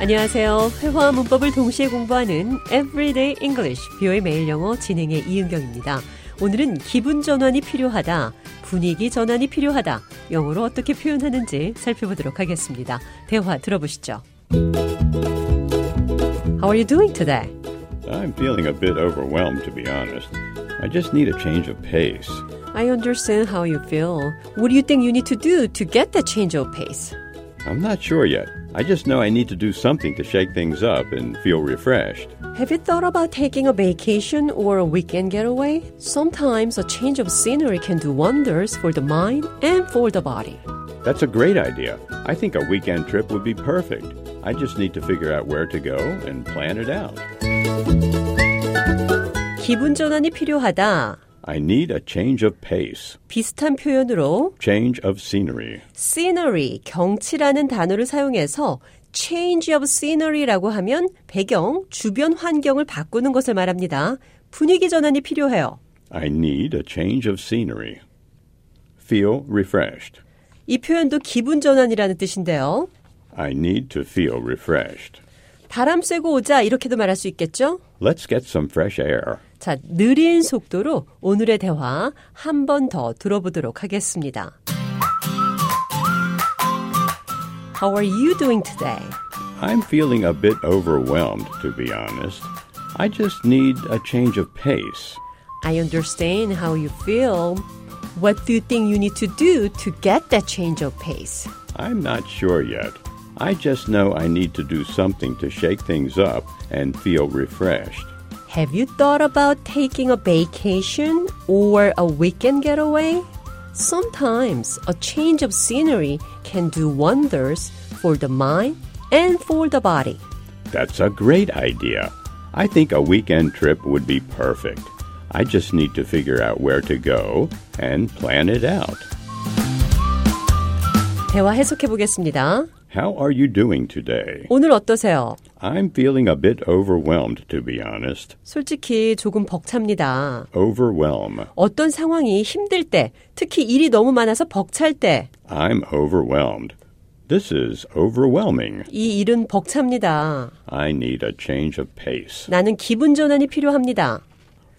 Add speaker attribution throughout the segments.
Speaker 1: 안녕하세요. 회화와 문법을 동시에 공부하는 Everyday English, 뷰의 매일 영어 진행의 이은경입니다. 오늘은 기분 전환이 필요하다, 분위기 전환이 필요하다, 영어로 어떻게 표현하는지 살펴보도록 하겠습니다. 대화 들어보시죠. How are you doing today?
Speaker 2: I'm feeling a bit overwhelmed, to be honest. I just need a change of pace.
Speaker 1: I understand how you feel. What do you think you need to do to get that change of pace?
Speaker 2: I'm not sure yet. I just know I need to do something to shake things up and feel refreshed.
Speaker 1: Have you thought about taking a vacation or a weekend getaway? Sometimes a change of scenery can do wonders for the mind and for the body.
Speaker 2: That's a great idea. I think a weekend trip would be perfect. I just need to figure out where to go and plan it out.
Speaker 1: 기분 전환이 필요하다.
Speaker 2: I need a change of pace,
Speaker 1: 비슷한 표현으로
Speaker 2: change of scenery.
Speaker 1: scenery, 경치라는 단어를 사용해서 change of scenery라고 하면 배경, 주변 환경을 바꾸는 것을 말합니다. 분위기 전환이 필요해요.
Speaker 2: I need a change of scenery. Feel refreshed.
Speaker 1: 이 표현도 기분 전환이라는 뜻인데요.
Speaker 2: I need to feel refreshed.
Speaker 1: 바람 쐬고 오자 이렇게도 말할 수 있겠죠?
Speaker 2: Let's get some fresh air.
Speaker 1: 자, 느린 속도로 오늘의 대화 한 번 더 들어보도록 하겠습니다. How are you doing today?
Speaker 2: I'm feeling a bit overwhelmed, to be honest. I just need a change of pace.
Speaker 1: I understand how you feel. What do you think you need to do to get that change of pace?
Speaker 2: I'm not sure yet. I just know I need to do something to shake things up and feel refreshed.
Speaker 1: Have you thought about taking a vacation or a weekend getaway? Sometimes a change of scenery can do wonders for the mind and for the body.
Speaker 2: That's a great idea. I think a weekend trip would be perfect. I just need to figure out where to go and plan it out.
Speaker 1: 대화 해석해 보겠습니다.
Speaker 2: How are you doing today?
Speaker 1: 오늘 어떠세요?
Speaker 2: I'm feeling a bit overwhelmed, to be honest.
Speaker 1: 솔직히 조금 벅찹니다.
Speaker 2: Overwhelm.
Speaker 1: 어떤 상황이 힘들 때, 특히 일이 너무 많아서 벅찰 때,
Speaker 2: I'm overwhelmed. This is overwhelming.
Speaker 1: 이 일은 벅찹니다.
Speaker 2: I need a change of pace.
Speaker 1: 나는 기분 전환이 필요합니다.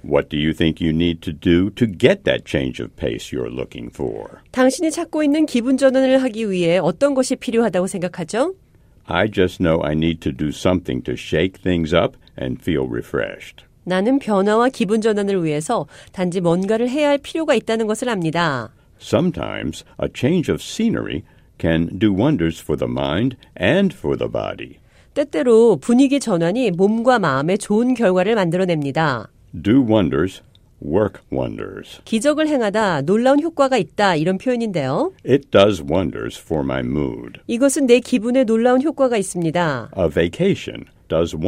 Speaker 2: What do you think you need to do to get that change of pace you're looking for?
Speaker 1: 당신이 찾고 있는 기분 전환을 하기 위해 어떤 것이 필요하다고 생각하죠?
Speaker 2: I just know I need to do something to shake things up and feel refreshed.
Speaker 1: 나는 변화와 기분 전환을 위해서 단지 뭔가를 해야 할 필요가 있다는 것을 압니다.
Speaker 2: Sometimes a change of scenery can do wonders for the mind and for the body.
Speaker 1: 때때로 분위기 전환이 몸과 마음에 좋은 결과를 만들어냅니다.
Speaker 2: Do wonders, work wonders.
Speaker 1: 기적을 행하다 놀라운 효과가 있다 이런 표현인데요.
Speaker 2: It does wonders for my mood.
Speaker 1: 이것은 내 기분에 놀라운 효과가 있습니다.
Speaker 2: A vacation does